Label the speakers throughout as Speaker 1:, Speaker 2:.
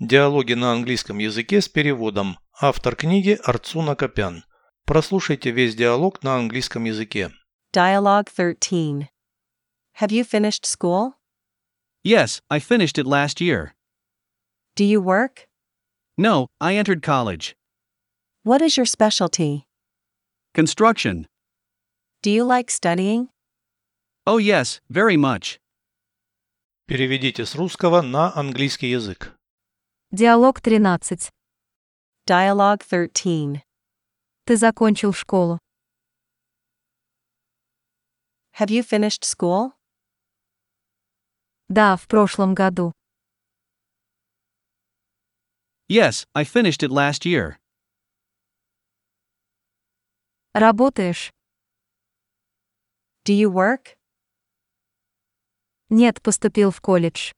Speaker 1: Диалоги на английском языке с переводом. Автор книги Арцуна Копян. Прослушайте весь диалог на английском языке.
Speaker 2: Dialogue 13. Have you finished school?
Speaker 3: Yes, I finished it last year.
Speaker 2: Do you work?
Speaker 3: No, I entered college.
Speaker 2: What is your specialty?
Speaker 3: Construction.
Speaker 2: Do you like studying?
Speaker 3: Oh, yes, very much.
Speaker 1: Переведите с русского на английский язык.
Speaker 4: Диалог 13.
Speaker 2: Dialogue 13.
Speaker 4: Ты закончил школу.
Speaker 2: Have you finished school?
Speaker 4: Да, в прошлом году.
Speaker 3: Yes, I finished it last year.
Speaker 4: Работаешь?
Speaker 2: Do you work?
Speaker 4: Нет, поступил в колледж.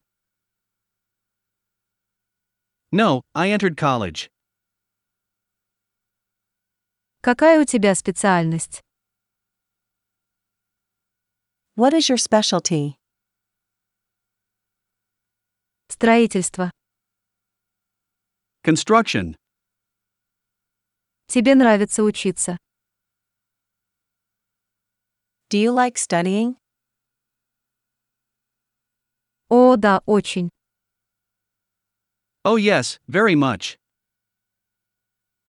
Speaker 3: No, I entered college.
Speaker 4: Какая у тебя специальность?
Speaker 2: What is your specialty?
Speaker 4: Строительство.
Speaker 3: Construction.
Speaker 4: Тебе нравится учиться.
Speaker 2: Do you like studying?
Speaker 4: О, да, очень.
Speaker 3: Oh, yes, very much.